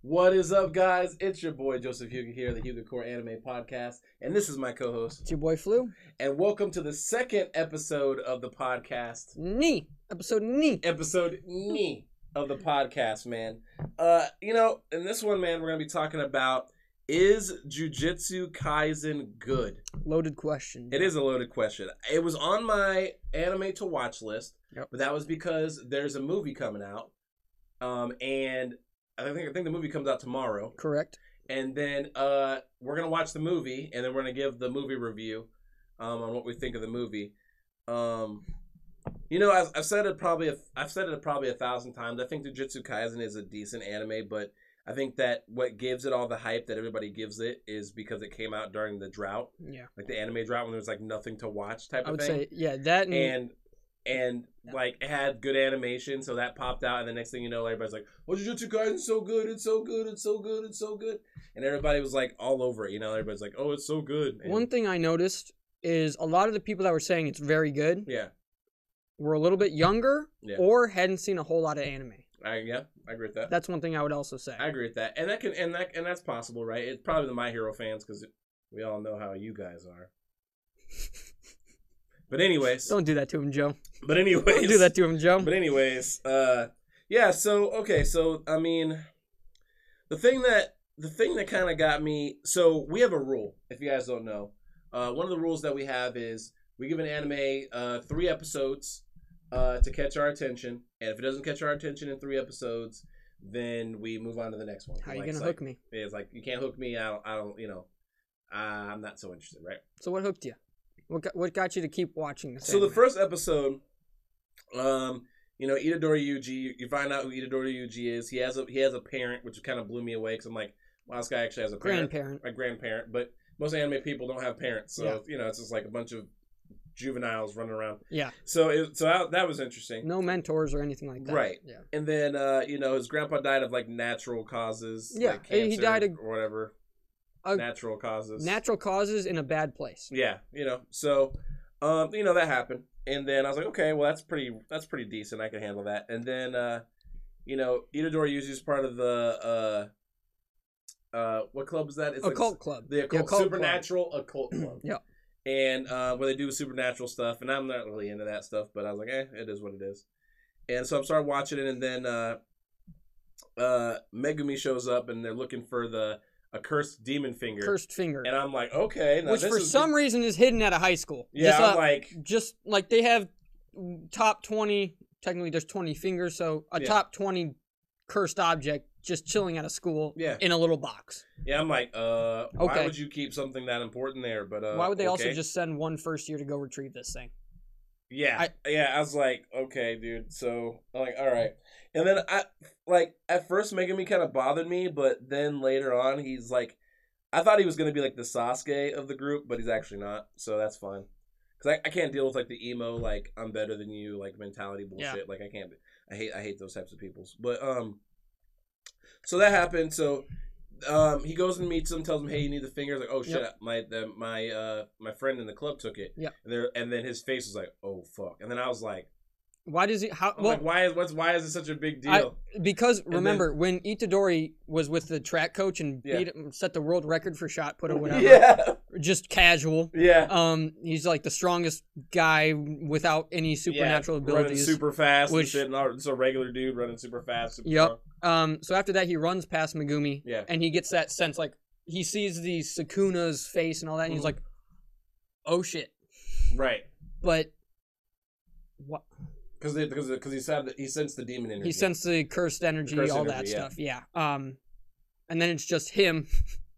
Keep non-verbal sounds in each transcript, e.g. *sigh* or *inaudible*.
What is up, guys? It's your boy Joseph Hugo here, the Hugo Core Anime Podcast, and this is my co-host. It's your boy Flu. And welcome to the second episode of the podcast, Knee. Episode knee. episode me of the podcast, man. Uh, you know, in this one, man, we're gonna be talking about is Jujutsu Kaisen good? Loaded question. It is a loaded question. It was on my anime to watch list, Yep. but that was because there's a movie coming out, um, and I think I think the movie comes out tomorrow. Correct. and then uh, we're gonna watch the movie, and then we're gonna give the movie review um, on what we think of the movie. Um, you know, I've, I've said it probably a, I've said it probably a thousand times. I think Jujutsu Kaisen is a decent anime, but I think that what gives it all the hype that everybody gives it is because it came out during the drought, Yeah. like the anime drought when there was like nothing to watch type of I would thing say yeah, that and, and and like it had good animation, so that popped out. And the next thing you know, everybody's like, "Oh, Jujutsu Kaisen's so good! It's so good! It's so good! It's so good!" And everybody was like all over it. You know, everybody's like, "Oh, it's so good!" And, one thing I noticed is a lot of the people that were saying it's very good yeah, were a little bit younger Yeah. or hadn't seen a whole lot of anime. I yeah, I agree with that. That's one thing I would also say. I agree with that, and that can and that and that's possible, right? It's probably the My Hero fans because we all know how you guys *laughs* are. But anyways, Don't do that to him, Joe. but anyways, Don't do that to him, Joe. But anyways, uh yeah, so okay, so I mean the thing that the thing that kind of got me so we have a rule, if you guys don't know. Uh one of the rules that we have is we give an anime uh 3 episodes uh to catch our attention, and if it doesn't catch our attention in 3 episodes, then we move on to the next one. How you Like, gonna it's hook like, me? It's like you can't hook me. I don't, I don't you know. I'm not so interested, right? So what hooked you? What got, what got you to keep watching this? So the anime? first episode, um, you know, Itadori Yuji, you find out who Itadori Yuji is. He has a he has a parent, which kind of blew me away because I'm like, wow, this guy actually has a parent, grandparent. a grandparent. But most anime people don't have parents, so Yeah. you know, it's just like a bunch of juveniles running around. Yeah. So it, so that, that was interesting. No mentors or anything like that. Right. Yeah. And then uh, you know, his grandpa died of like natural causes. Yeah, like he cancer died of- or whatever. a- natural causes. Natural causes in a bad place. Yeah, you know, so um, you know that happened, and then I was like, okay, well that's pretty that's pretty decent. I can handle that. And then uh, you know, Itadori uses part of the uh, uh, what club is that? It's like occult club. the occult, occult club. supernatural occult club. *clears throat* Yeah. And uh, where they do supernatural stuff, and I'm not really into that stuff, but I was like, eh, it is what it is. And so I am started watching it, and then uh, uh, Megumi shows up, and they're looking for the accursed demon finger, Cursed finger. and I'm like, okay, now which this for is some reason is hidden at a high school. yeah, just, I'm uh, like, just like they have top twenty. Technically, there's twenty fingers, so a Yeah. top twenty cursed object just chilling at a school Yeah. in a little box. yeah, I'm like, uh, why Okay. would you keep something that important there? But uh, Why would they also okay. just send one first year to go retrieve this thing? Yeah, yeah. I was like, okay, dude. So I'm like, all right. And then I like at first making me kind of bothered me, but then later on he's like, I thought he was gonna be like the Sasuke of the group, but he's actually not. So that's fine. Cause I, I can't deal with like the emo like I'm better than you like mentality bullshit. Like I can't. I hate I hate those types of peoples. But um, so that happened. So. Um, he goes and meets him, tells him, "Hey, you need the fingers." Like, oh shit, my the, my uh my friend in the club took it. And there, and then his face was like, "Oh fuck!" And then I was like, Why does he? How? "I'm Well, like, why is what's why is it such a big deal?" I- because then- remember when Itadori was with the track coach and Yeah. beat him, set the world record for shot *laughs* put *laughs* or whatever, Yeah, just casual. yeah. Um, he's like the strongest guy without any supernatural Yeah, running abilities. super fast, which- and shit, and all- just a regular dude running super fast. Super Yup. strong. Um, so after that, he runs past Megumi, Yeah. and he gets that sense like he sees the Sakuna's face and all that, and he's Mhm. like, "Oh shit!" Right. But what Because because because he said that he sensed the demon energy. he sensed the cursed energy, cursed all energy, yeah. that stuff, yeah. Um, and then it's just him,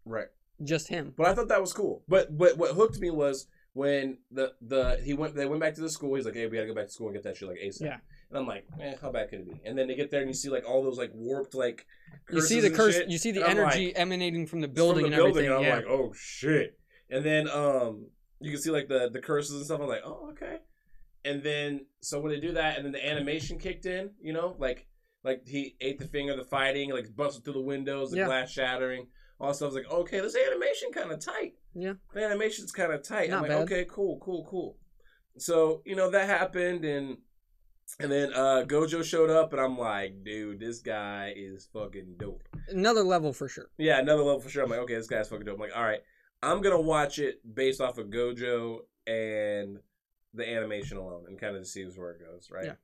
right. just him. But I thought that was cool. But but what hooked me was when the the he went they went back to the school. He's like, "Hey, we gotta go back to school and get that shit like ASAP." Yeah. And I'm like, eh, how bad could it be? And then they get there and you see like all those like warped like You see curses the and curse, shit, you see the and I'm like, energy emanating from the building from and the everything. building, yeah. and I'm like, oh shit. And then um, you can see like the the curses and stuff. I'm like, oh okay. And then so when they do that, and then the animation kicked in, you know, like like he ate the finger, the fighting, like busted through the windows, the Yeah. glass shattering, all stuff. I was like, okay, this animation kind of tight. Yeah. the animation's kind of tight. Not I'm like, bad. okay, cool, cool, cool. So you know that happened, and And then uh, Gojo showed up, and I'm like, dude, this guy is fucking dope. Another level for sure. Yeah, another level for sure. I'm like, okay, this guy's fucking dope. I'm like, all right, I'm gonna watch it based off of Gojo and the animation alone, and kind of see where it goes, right? Yeah.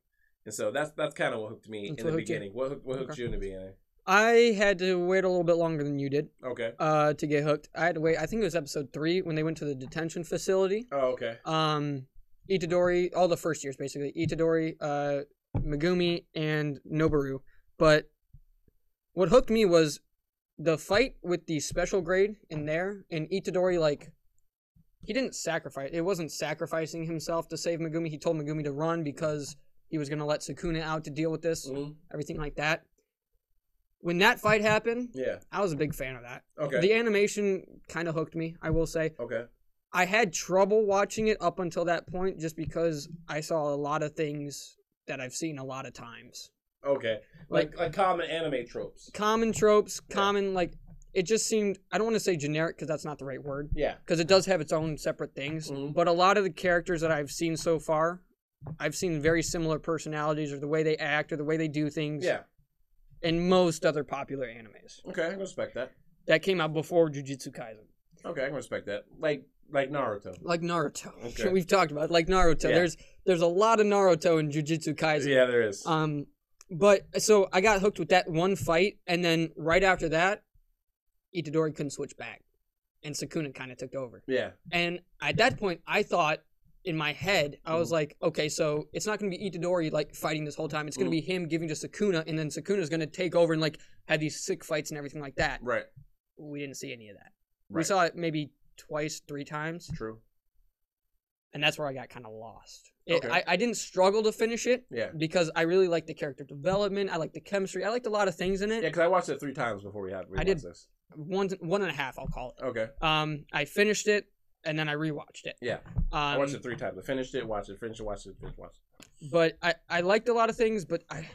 And so that's that's kind of what hooked me That's in what the hooked you. beginning. What hooked, what hooked Okay. you in the beginning? I had to wait a little bit longer than you did Okay. uh, to get hooked. I had to wait. I think it was episode three when they went to the detention facility. Oh, okay. Um, Itadori, all the first years basically. Itadori, uh, Megumi, and Noboru. But what hooked me was the fight with the special grade in there, and Itadori like he didn't sacrifice. It wasn't sacrificing himself to save Megumi. He told Megumi to run because he was gonna let Sukuna out to deal with this, hmm everything like that. When that fight happened, Yeah. I was a big fan of that. Okay. The animation kind of hooked me, I will say. okay. I had trouble watching it up until that point just because I saw a lot of things that I've seen a lot of times. Okay. Like like common anime tropes. Common tropes, Yeah. common like it just seemed I don't want to say generic because that's not the right word Yeah. because it does have its own separate things, Mhm. but a lot of the characters that I've seen so far, I've seen very similar personalities or the way they act or the way they do things Yeah. in most other popular animes Okay, I can respect that. that came out before Jujutsu Kaisen. Okay, I can respect that. Like like Naruto. Like Naruto. Okay. *laughs* We've talked about it. like Naruto. Yeah. There's there's a lot of Naruto in Jujutsu Kaisen. Yeah, there is. Um, but so I got hooked with that one fight, and then right after that, Itadori couldn't switch back, and Sukuna kind of took over. yeah. And at that point, I thought in my head, I was Mhm. like, okay, so it's not going to be Itadori like fighting this whole time. It's going Mhm. to be him giving to Sukuna, and then Sukuna's going to take over and like have these sick fights and everything like that. Right. We didn't see any of that. We Right. saw it maybe twice, three times, True. and that's where I got kind of lost. It, Okay. I, I didn't struggle to finish it Yeah. because I really liked the character development. I liked the chemistry. I liked a lot of things in it. Yeah, because I watched it three times before we had we I did. watched this. One, one and a half, I'll call it. Okay. Um, I finished it and then I rewatched it. Yeah. Um, I watched it three times. I finished it, watched it, finished it, watched it, finished it, watched but I, I liked a lot of things, but I,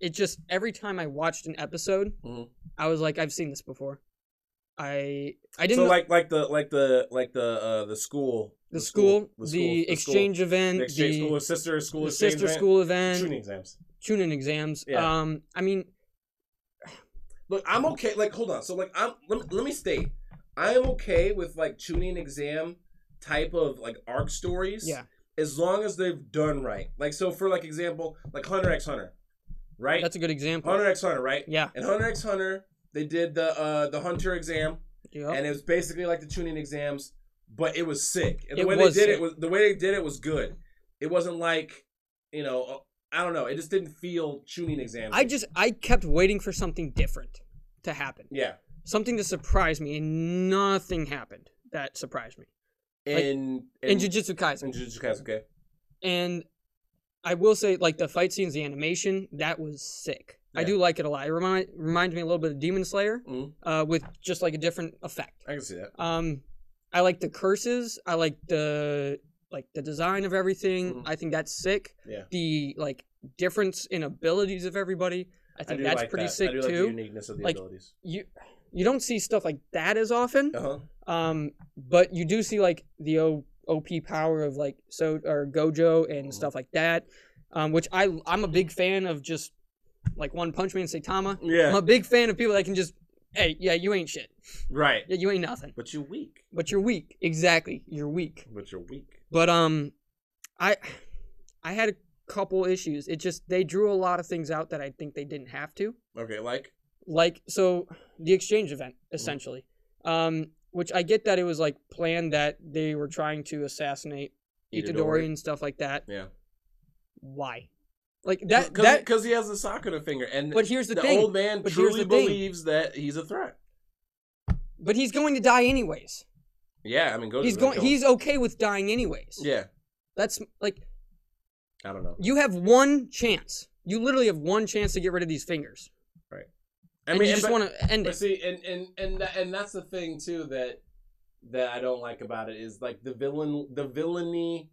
it just every time I watched an episode, Mhm. I was like, I've seen this before. I, I it. didn't So know- like like the like the like the uh the school the, school, the, school- exchange event, the the, exchange school sister school the exchange sister event, school event, shooting exams. tuning exams. Yeah. Um, I mean, Look, I'm okay. Like, hold on. So, like, I'm let me, let me state, I am okay with like tuning exam type of like arc stories. Yeah. As long as they've done right. Like, so for like example, like Hunter X Hunter, right? that's a good example. Hunter X Hunter, right? yeah. And Hunter X Hunter, they did the uh the Hunter exam, Yep. and it was basically like the tuning exams, but it was sick. And the It way was they did it sick. was the way they did it was good. It wasn't like you know. uh, I don't know. It just didn't feel tuning exam. I just I kept waiting for something different to happen. yeah. Something to surprise me and nothing happened that surprised me. Like, And In Jujutsu Kaisen. and Jujutsu Kaisen, okay. And I will say like the fight scenes, the animation, that was sick. I Yeah. do like it a lot. It remind reminds me a little bit of Demon Slayer Mhm. uh, with just like a different effect. I can see that. Um I like the curses, I like the like the design of everything. Mhm. I think that's sick. Yeah. The like difference in abilities of everybody. I think that's pretty sick I do too. Like the uniqueness of the Like- abilities. you you don't see stuff like that as often. Uh huh. Um, but you do see like the o, OP power of like so or Gojo and Mhm. stuff like that. Um, which I I'm a big fan of just like One Punch Man, Saitama. I'm Yeah. a big fan of people that can just hey yeah you ain't shit Right. yeah you ain't nothing But you're weak. but you're weak exactly you're weak But you're weak. but um I I had a couple issues it just they drew a lot of things out that I think they didn't have to Okay. Like. like so the exchange event Mm-hmm. essentially um which i get that it was like planned that they were trying to assassinate itadori and stuff like that Yeah. why like that Cause, that because he has the Sakuna finger, and but here's the, the, thing old man but here's truly the thing. believes that he's a threat. but he's going to die anyways Yeah. I mean, Gojo's he's gonna going kill him. he's okay with dying anyways Yeah. that's like I don't know. you have one chance you literally have one chance to get rid of these fingers I and mean, you and just but- want to end But it see, and and and that, and that's the thing too that that I don't like about it is like the villain, the villainy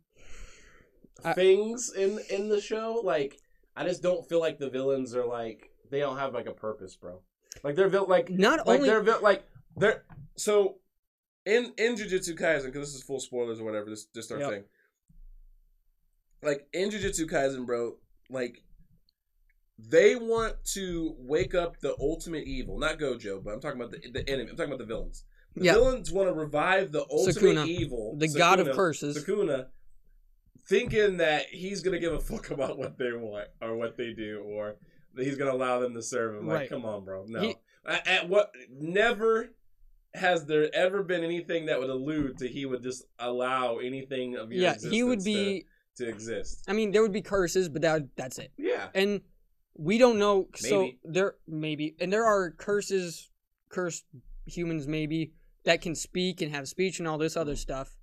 I- things in in the show. Like, I just don't feel like the villains are like they don't have like a purpose, bro. Like they're vil- like not like only they're vil- like they're so in in Jujutsu Kaisen because this is full spoilers or whatever. This just our Yep. thing. Like in Jujutsu Kaisen, bro, like they want to wake up the ultimate evil, not Gojo, but I'm talking about the the enemy. I'm talking about the villains. The Yeah. villains want to revive the ultimate Sukuna. evil, The god of Sukuna- curses. Sukuna, thinking that he's gonna give a fuck about what they want or what they do, or that he's gonna allow them to serve him. Like, Right. come on, bro, no. He- at, at what? Never has there ever been anything that would allude to he would just allow anything of your Yeah, he would existence to- be. to exist. I mean, there would be curses, but that that's it. Yeah. And we don't know. So Maybe. there maybe, and there are curses, cursed humans maybe that can speak and have speech and all this other Mhm. stuff.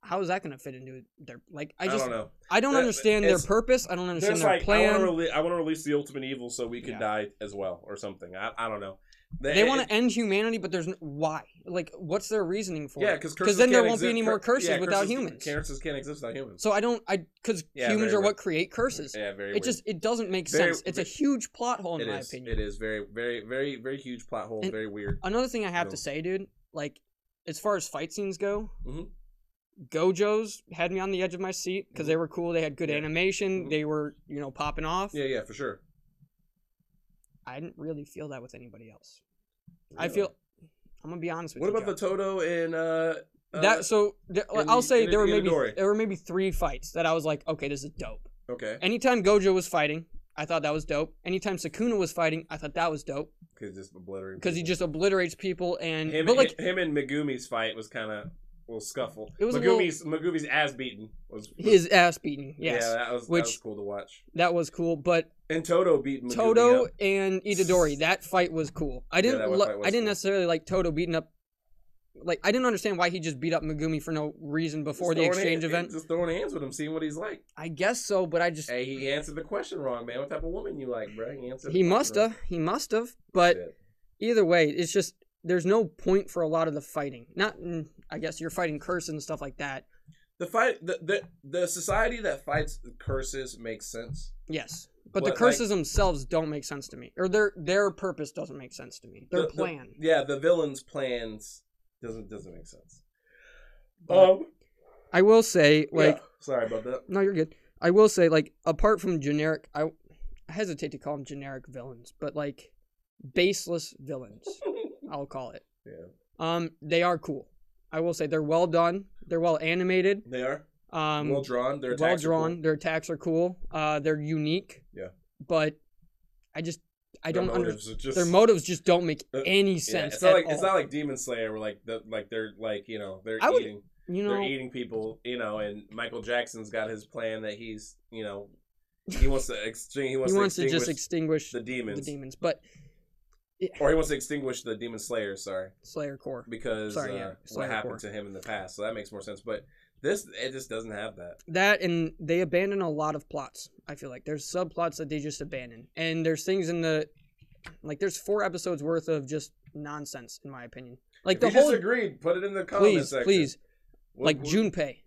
How is that going to fit into their like? I I, just don't know. I don't That- understand their it's- purpose. I don't understand There's their like I want plan. to rele- I want to release the ultimate evil so we can Yeah. die as well or something. I, I don't know. they want to end humanity, but there's n why. Like, what's their reasoning for Yeah, it? because then there won't be any more curses without curses, humans. Curses can't exist without humans. So I don't. I because Yeah, humans very are weird. what create curses. Yeah, very. it just it doesn't make Very- sense. It's a huge plot hole in it my is. opinion. It is very, very, very, very huge plot hole. And- very weird. Another thing I have No. to say, dude, like as far as fight scenes go, Mhm. Gojo's had me on the edge of my seat because they were cool. They had good Mm-hmm. Yeah. animation. Mhm. They were you know popping off. Yeah, yeah, for sure. I didn't really feel that with anybody else. I feel. I'm gonna be honest with What you. about the Toto and uh? uh, that so there, and I'll you- say and there were in maybe Itadori. there were maybe three fights that I was like, okay, this is dope. okay, Anytime Gojo was fighting, I thought that was dope. Anytime Sukuna was fighting, I thought that was dope because just obliterating. because he people. just obliterates people and him, but like him and Megumi's fight was kind of little scuffle. It was a Megumi's Megumi's ass beaten was. was- his ass beating. Yes, Yeah, that was which- that was cool to watch. that was cool. But And Toto beat Megumi Toto up. and Itadori, that fight was cool. I didn't that wa- lo- fight was I didn't cool. necessarily like Toto beating up. Like I didn't understand why he just beat up Megumi for no reason before Just the throwing exchange hands- event. Just throwing hands with him, seeing what he's like. I guess so, but I just Hey, he answered the question wrong, man. What type of woman you like, bro? He answered. he the question must wrong. have he must have. But Shit. either way, it's just there's no point for a lot of the fighting. Not mm, I guess you're fighting curses and stuff like that. the fight, the, the the society that fights curses makes sense. Yes. But What, the like- curses themselves don't make sense to me. Or their their purpose doesn't make sense to me. Their The- the- plan. Yeah, the villain's plans doesn't doesn't make sense. But um, I will say like yeah. sorry about that. *laughs* No, you're good. I will say, like, apart from generic, I I hesitate to call them generic villains, but like baseless villains, I'll call it. Yeah. Um, they are cool. I will say they're well done. They're well animated. They are Um, well drawn. Their well attacks are cool. drawn. Their attacks are cool. Uh, they're unique. Yeah. But I just I Their don't understand. motives are just- Their motives just don't make Uh, any yeah, sense it's not at like all. it's not like Demon Slayer, where like the, like they're like you know they're I would- eating you they're know, eating people, you know, and Michael Jackson's got his plan that he's, you know, he wants to extinguish. He wants, *laughs* he wants to, to just extinguish extinguish the the demons, demons, but or he wants to extinguish the demon slayer. Sorry, Slayer Core. because uh, Sorry, yeah, what Slayer happened core. to him in the past. So that makes more sense. But this, it just doesn't have that. that and they abandon a lot of plots i feel like there's subplots that they just abandon and there's things in the like there's four episodes worth of just nonsense in my opinion like If the you whole disagreed, put it in the comment please section. please What- like what- junpei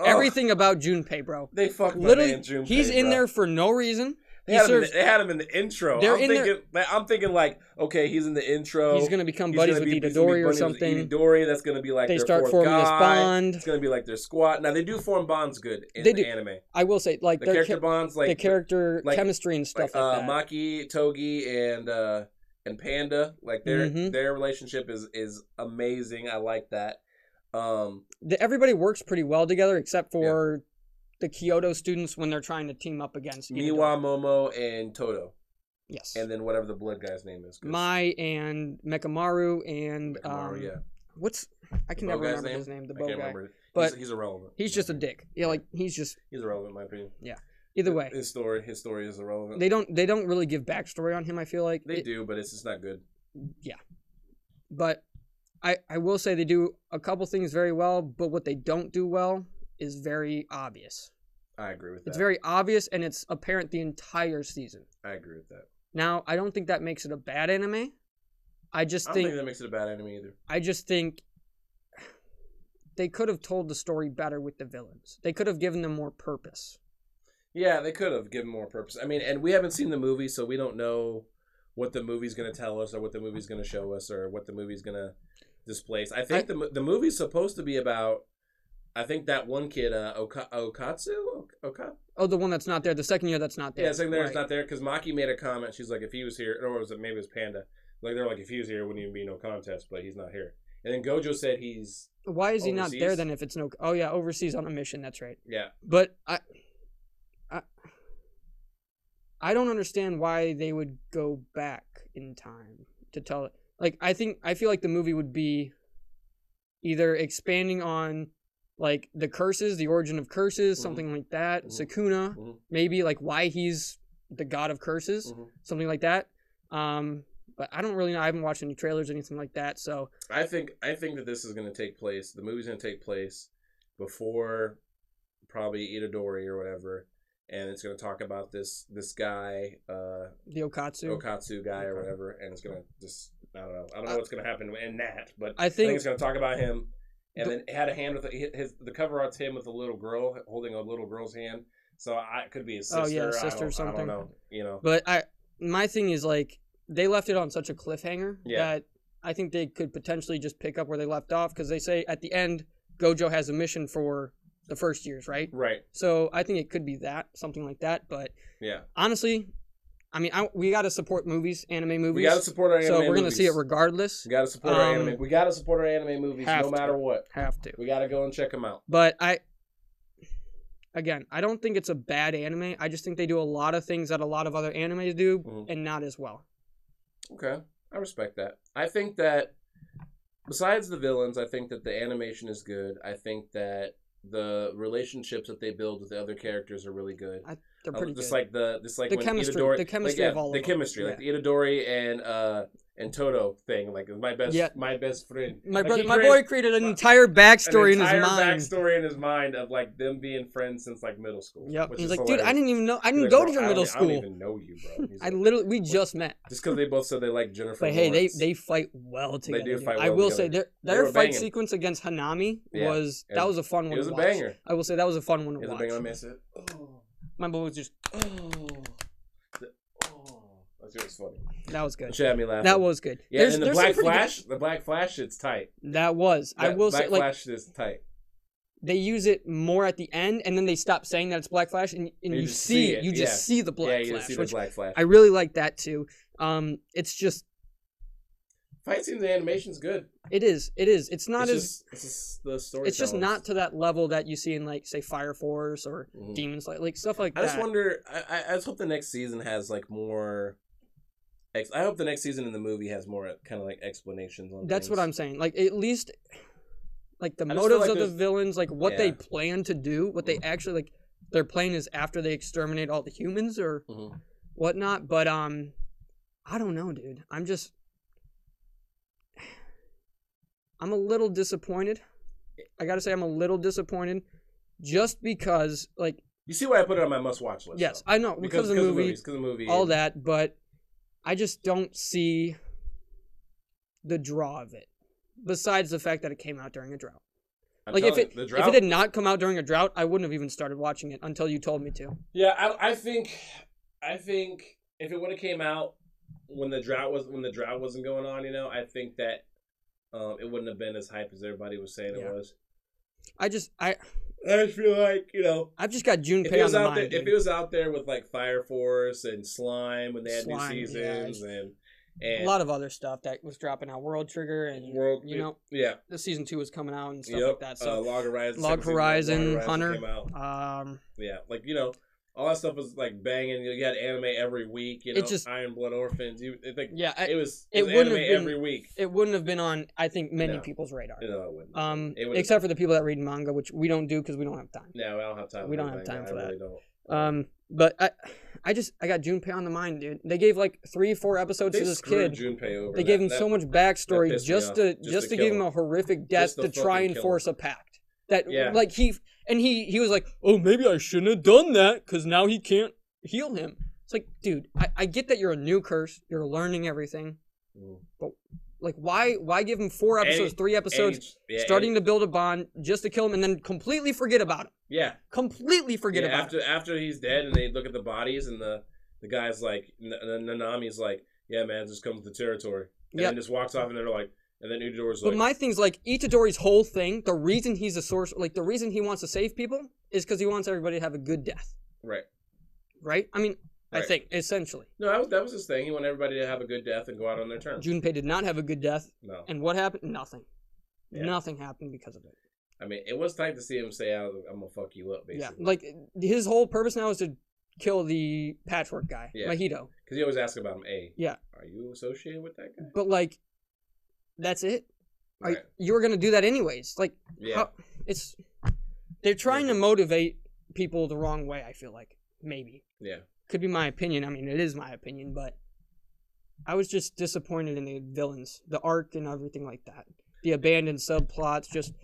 Ugh, everything about junpei bro They fucked my literally man Junpei, he's in bro. there for no reason They he had, serves him in the, they had him in the intro. They're I'm in there- thinking, I'm thinking like, okay, he's in the intro. he's gonna become He's buddies gonna with be- he's gonna be Itadori or buddies with something Itadori, that's gonna be like they their start fourth forming this guy. bond It's gonna be like their squad. Now they do form bonds good in They the do. anime. i will say like The their character cha- bonds, like the character like- chemistry and like, stuff like, uh, that Maki, Togi, and uh, and Panda, like their Mhm. their relationship is is amazing. I like that. Um, the, everybody works pretty well together except for the Kyoto students when they're trying to team up against Itadori. Miwa, Momo, and Toto, Yes. and then whatever the blood guy's name is. 'cause Mai and Mekamaru and Kamaru, um, yeah, what's I can bow never guy's remember name? his name. The I bow can't guy. remember. But- he's, he's irrelevant. He's just a dick. Yeah, like he's just he's irrelevant in my opinion. either way. his story his story is irrelevant. They don't they don't really give backstory on him. I feel like They It- do, but it's just not good. but I I will say they do a couple things very well, but what they don't do well is very obvious. I agree with that. It's very obvious and it's apparent the entire season. I agree with that. Now I don't think that makes it a bad anime. I just I don't think think that makes it a bad anime either. I just think they could have told the story better with the villains. They could have given them more purpose. Yeah, they could have given more purpose. I mean, and we haven't seen the movie, so we don't know what the movie's going to tell us, or what the movie's going to show us, or what the movie's going to displace. I think the the the movie's supposed to be about I think that one kid, uh, Oka- Okatsu, Oka, Oh, the one that's not there. The second year that's not there. yeah, it's like there's Right. not there because Maki made a comment. She's like, if he was here, or was it maybe it was Panda? Like they're like, if he was here, it wouldn't even be no contest. But he's not here. And then Gojo said he's Why is he not there Overseas? then? If it's no. Oh yeah, overseas on a mission. That's right. yeah. But I, I, I don't understand why they would go back in time to tell it. Like I think I feel like the movie would be either expanding on like the curses, the origin of curses, Mhm. something like that. Mhm. Sakuna, Mhm. maybe like why he's the god of curses, Mhm. something like that. Um, but I don't really know. I haven't watched any trailers, or anything like that. So I think I think that this is going to take place. The movie's going to take place before probably Itadori or whatever, and it's going to talk about this this guy, uh, the Okatsu. Okatsu guy or Okay. whatever, and it's going to just I don't know. I don't know what's going to happen in that, but I I think think it's going to talk about him. And then it had a hand with his the cover art's him with a little girl holding a little girl's hand. So I it could be his sister. Oh, yeah, I sister or don't- I something. don't know. You know. But I, my thing is like they left it on such a cliffhanger Yeah. that I think they could potentially just pick up where they left off because they say at the end Gojo has a mission for the first years, right? Right. So I think it could be that something like that. But Yeah. honestly, I mean, I, we got to support movies, anime movies. We got to support our anime. so we're gonna see it movies. regardless. We got to support our Um, anime. We got to support our anime movies have no matter to. what. Have to. We got to go and check them out. But I, again, I don't think it's a bad anime. I just think they do a lot of things that a lot of other animes do, Mhm. and not as well. Okay, I respect that. I think that besides the villains, I think that the animation is good. I think that the relationships that they build with the other characters are really good. They're Uh, pretty just good. like the just like The when chemistry- Itadori, the chemistry like, yeah, of all the of them. chemistry, like the Itadori and uh and Toto thing, like my best Yeah. my best friend. My Like, brother, he my boy created created an an entire backstory an in his entire mind. backstory in his mind of like them being friends since like middle school. Yep. which He's is like, dude, I hilarious. didn't even know. I He's didn't like, go "Bro, to your I middle don't- I don't school. even know you, *laughs* bro. He's I like- literally, we just met. just because they both said they like Jennifer. But hey, they Lawrence. they fight well together. do dude. fight I well will say together. They their their were fight banging. sequence against Hanami Yeah. was It that was- was a fun one. it was to a watch. banger. I will say that was a fun one It to was a watch. banger. I miss it. Oh, My boy was just *gasps* oh, The- oh. That's just funny. that was good. She had me laughing. That was good. yeah, There's- and the there's some Black pretty good- Flash, the Black Flash, it's tight. that was. I That will Black say, like Flash is tight. they use it more at the end, and then they stop saying that it's Black Flash, and, and You you just see, see it. it, you just yeah. see the Black yeah, you Flash, see the which Black Flash. I really like that too. Um, it's just Fight scenes and animation's good. it is it is. It's not it's as just, it's just the story. it's just not to that level that you see in like say Fire Force or Demon Slayer, like stuff like Mm-hmm. Mm. I that. just wonder. I, I- I just hope the next season has like more. Ex- I hope the next season in the movie has more kind of like explanations on. That's what things. I'm saying. Like at least, like the I just feel motives like of the there's- villains, like what they Yeah. Mm. plan to do, what they actually like. Their plan is after they exterminate all the humans or Mhm. whatnot. But um, I don't know, dude. I'm just, *sighs* I'm a little disappointed. I gotta say, I'm a little disappointed, just because like You see why I put it on my must-watch list? yes, though? I know because, of the movie, because of the movie, all and- that, but I just don't see the draw of it. Besides the fact that it came out during a drought. I'm like if telling it you, the if drought. it had not come out during a drought, I wouldn't have even started watching it until you told me to. yeah, I, I think, I think if it would have came out when the drought was when the drought wasn't going on, you know, I think that um, it wouldn't have been as hype as everybody was saying Yeah. it was. I just I I just feel like you know. I've just got If it, Junpei on was the out mind. there, if dude. it was out there with like Fire Force and Slime when they had Slime, yeah, new seasons and and a lot of other stuff that was dropping out, World Trigger and World, you know yeah, the season two was coming out and stuff yep, like that. uh, So Log Horizon, Log second season, Horizon, Hunter. came out. um, yeah, like you know, all that stuff was like banging. You had anime every week, you It know, just- Iron Blood Orphans. You it, like, yeah, I, it was it it, was wouldn't anime have been- every week. it wouldn't have been on I think many No. people's radar. No, it wouldn't. Um, It would've- except for the people that read manga, which we don't do because we don't have time. no, I don't have time. we for don't have that. time for I that. Really don't. Um, but I, I just I got Junpei on the mind, dude. They gave like three, four episodes they to this screwed kid. Junpei over. they gave that- him that- so much backstory that pissed me just off, to just, just to to kill give him him. a Just horrific death to to, try fucking and kill force a pact. That Yeah. like he and he he was like, oh maybe I shouldn't have done that because now he can't heal him. It's like, dude, I, I get that you're a new curse, you're learning everything. Mm. Like why why give him four And he- episodes, three episodes, And he- yeah, starting and- to build a bond just to kill him and then completely forget about him. yeah, Completely forget yeah, about him. after after he's dead and they look at the bodies and the the guy's like N- N- Nanami's like yeah man it just comes with the territory and Yeah. then just walks off and they're like And then Itadori's But like, my thing's like Itadori's whole thing, the reason he's a source, like the reason he wants to save people is because he wants everybody to have a good death, right. right? I mean, I Right. think essentially, No, that was, that was his thing. He wanted everybody to have a good death and go out on their terms. Junpei did not have a good death, No. and what happened? Nothing. Yeah. Nothing happened because of it. I mean, it was tight to see him say, "I'm I'm gonna fuck you up," basically. Yeah, like his whole purpose now is to kill the patchwork guy, Yeah. Mahito. Because you always ask about him. A. Yeah. Are you associated with that guy? But like, that's it. Are- Right. You were gonna do that anyways. Like, Yeah. how- it's they're trying to motivate people the wrong way. I feel like maybe Yeah. could be my opinion. I mean, it is my opinion, but I was just disappointed in the villains, the arc, and everything like that. The abandoned subplots, just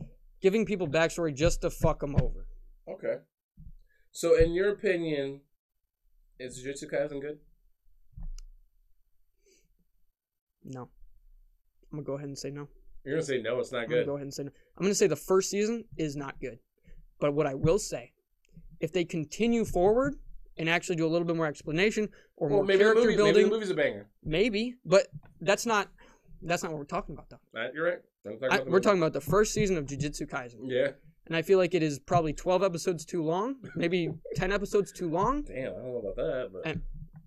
giving people backstory just to fuck them over. Okay. So, in your opinion, is Jujutsu Kaisen good? No, I'm gonna go ahead and say no. You're gonna say no. It's not I'm gonna good. go ahead and say no. I'm gonna say the first season is not good, but what I will say, if they continue forward and actually do a little bit more explanation or Well, more maybe the, character movie, maybe building, the maybe, movie's a banger. But that's not that's not what we're talking about though. Right? You're right. I'm talking I- about the we're movie. talking about the first season of Jujutsu Kaisen, Yeah. and I feel like it is probably 12 episodes too long, maybe 10 episodes too long, Damn, I don't know about that, but And-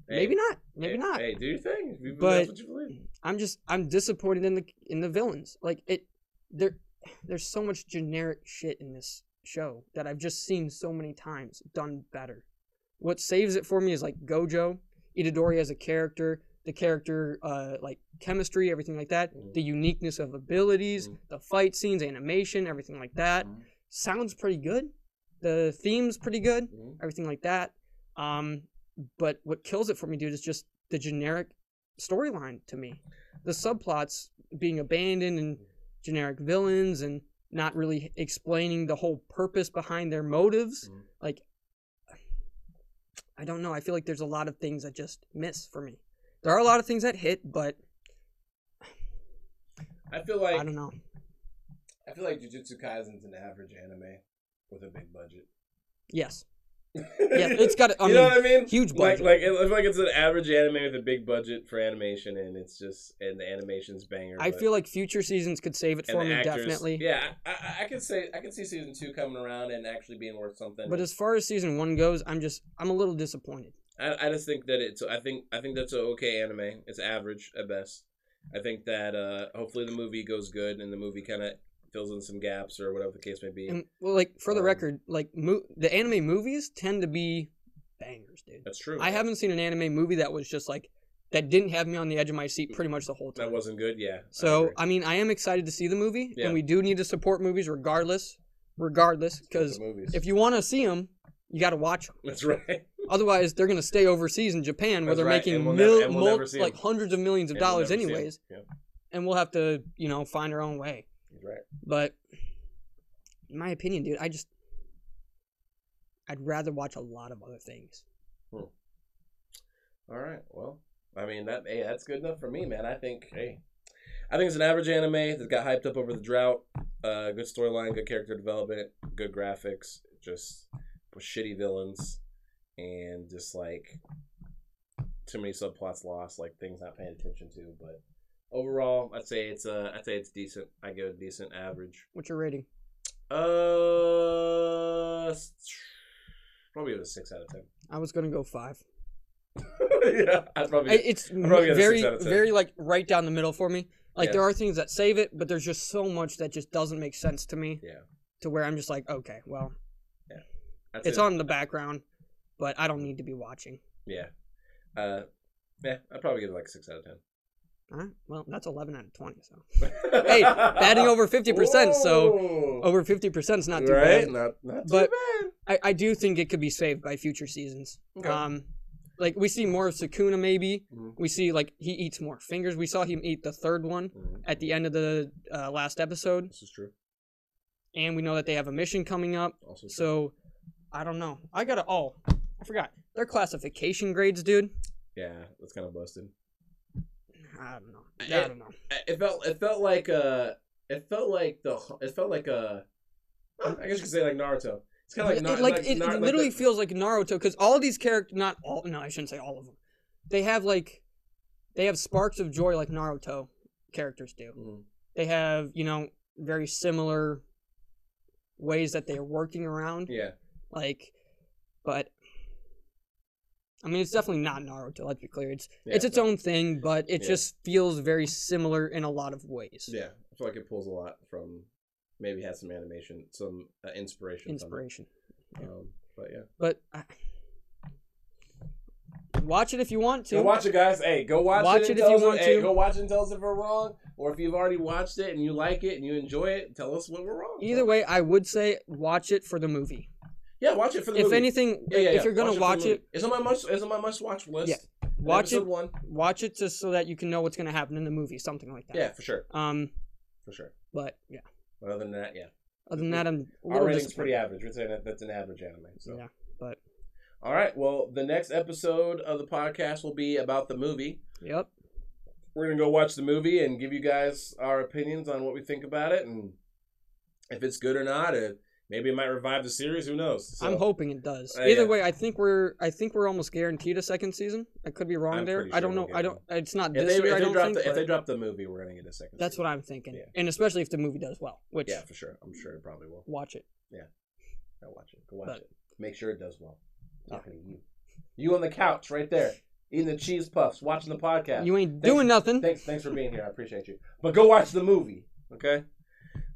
Hey, maybe not, maybe hey, not. Hey, do your thing. If you- But- that's what you believe. I'm just I'm disappointed in the in the villains. Like it there there's so much generic shit in this show that I've just seen so many times done better. What saves it for me is like Gojo, Itadori as a character, the character uh like chemistry, everything like that, Mhm. the uniqueness of abilities, Mhm. the fight scenes, animation, everything like that. Mhm. Sounds pretty good. The theme's pretty good Mhm. everything like that. Um, but what kills it for me, dude, is just the generic storyline to me. The subplots being abandoned and generic villains and not really explaining the whole purpose behind their motives. Mhm. Like, I don't know. I feel like there's a lot of things that just miss for me. There are a lot of things that hit, but I feel I like don't know. I feel like Jujutsu Kaisen's an average anime with a big budget. *laughs* Yes. Yeah, it's got. I you mean, know what I mean? huge Like, budget. like I feel like it's an average anime with a big budget for animation, and it's just and the animation's banger. I but- feel like future seasons could save it and for the me, actors- definitely. Yeah, I, I, I could say I could see season two coming around and actually being worth something. But as far as season one goes, I'm just I'm a little disappointed. I, I just think that it's I think I think that's an okay anime. It's average at best. I think that uh hopefully the movie goes good and the movie kind of fills in some gaps or whatever the case may be. And well, like for the Um, record, like mo- the anime movies tend to be bangers, dude. that's true. I haven't seen an anime movie that was just like that didn't have me on the edge of my seat pretty much the whole that time. wasn't good. Yeah. I So uh, agree. I mean, I am excited to see the movie, Yeah. and we do need to support movies regardless, regardless, because The movies. if you want to see them, you got to watch them. *laughs* that's right. *laughs* Otherwise, they're gonna stay overseas in Japan where That's they're right, making and we'll mil- never- and we'll mul- never see 'em. like hundreds of millions of And we'll dollars never see 'em. anyways, Yeah, and we'll have to you know find our own way. that's right. But in my opinion, dude, I just I'd rather watch a lot of other things. All right. Well, I mean that hey, that's good enough for me, man. I think hey, I think it's an average anime that got hyped up over the drought. Uh, good storyline, good character development, good graphics, just shitty villains, and just like too many subplots lost, like things not paying attention to. But overall, I'd say it's uh, I'd say it's decent. I give it decent average. What's your rating? Uh, s- probably a six out of ten. I was gonna go five. *laughs* yeah, I'd probably. I- It's probably gonna very, six out of ten. very like right down the middle for me. Like Yeah. there are things that save it, but there's just so much that just doesn't make sense to me. Yeah. To where I'm just like, okay, well, I'd it's say- on the background, but I don't need to be watching. Yeah. Uh, yeah, I'd probably give it like a six out of ten. All right. Well, that's 11 out of 20. So *laughs* hey, batting over 50%. So Ah. Whoa. over 50% is not too right? bad. Not, not But- too bad. I, I do think it could be saved by future seasons. Okay. Um, like we see more of Sakuna maybe. Mhm. We see like he eats more fingers. We saw him eat the third one Mhm. at the end of the uh, last episode, This is true. and we know that they have a mission coming up. Also, true. So I don't know. I gotta. Oh, I forgot their classification grades, dude. yeah, that's kind of busted. I don't know. I Yeah. don't know. I- It felt, it felt like, uh, it felt like the, it felt like uh I guess you could say like Naruto. It's kind of like, it, Nar- like, it, Nar- it like literally the- feels like Naruto because all these characters, not all, no, I shouldn't say all of them. They have like, they have sparks of joy like Naruto characters do. Mhm. They have, you know, very similar ways that they're working around. Yeah. Like, but I mean, it's definitely not Naruto. Let's be clear. It's yeah it's its own thing, but it Yeah. just feels very similar in a lot of ways. Yeah, I feel like it pulls a lot from maybe has some animation, some uh, inspiration. From Inspiration, it. Um, but yeah, but I, watch it if you want to. go watch it, guys. Hey, go watch, Watch it. it And if tell you us, want hey, to. go watch it and tell us if we're wrong, or if you've already watched it and you like it and you enjoy it, tell us what we're wrong. Either way, I would say watch it for the movie. yeah, watch it for the if movie. anything, yeah, yeah, if yeah, you're gonna watch for the it, movie. it's on my must. It's on my must watch list. Yeah, And watch episode it, One. watch it just so that you can know what's gonna happen in the movie, something like that. Yeah, for sure, Um, for sure. but yeah. But other than that, yeah, Other than that, I'm a our little rating's pretty disappointed. average. It's an, that's an average anime. So. Yeah, but All right. Well, the next episode of the podcast will be about the movie. yep. we're gonna go watch the movie and give you guys our opinions on what we think about it and if it's good or not. It, maybe it might revive the series. Who knows? So, I'm hoping it does. Uh, Either yeah. way, I think we're I think we're almost guaranteed a second season. I could be wrong I'm there. pretty I don't sure know. we'll I get don't. It's not If this they, if, year. I they don't drop think. the, if but they drop the movie, we're gonna get a second. that's season. what I'm thinking, Yeah. and especially if the movie does well, which Yeah, for sure. I'm sure it probably will. watch it. Go watch it. Go watch But- it. Make sure it does well. I'm Talking to you, you on the couch right there, eating the cheese puffs, watching the podcast. You ain't Thanks- doing nothing. thanks thanks for being here. I appreciate you. But go watch the movie, okay?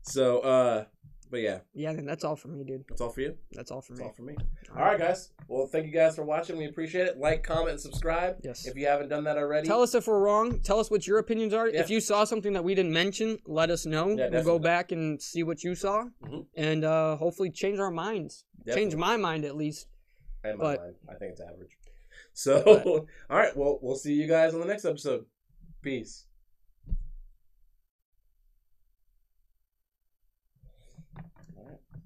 So, uh, but yeah, Yeah, then that's all for me, dude. that's all for you. That's all for That's me. all for me. All right, guys. Well, thank you guys for watching. We appreciate it. Like, comment, and subscribe Yes. if you haven't done that already. Tell us if we're wrong. Tell us what your opinions are. Yeah. If you saw something that we didn't mention, let us know. we'll go definitely. back and see what you saw, Mhm. and uh, hopefully change our minds. Definitely. Change my mind at least. In my but- mind, I think it's average. So, *laughs* all right. Well, we'll see you guys on the next episode. Peace.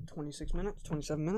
Twenty six minutes. Twenty seven minutes.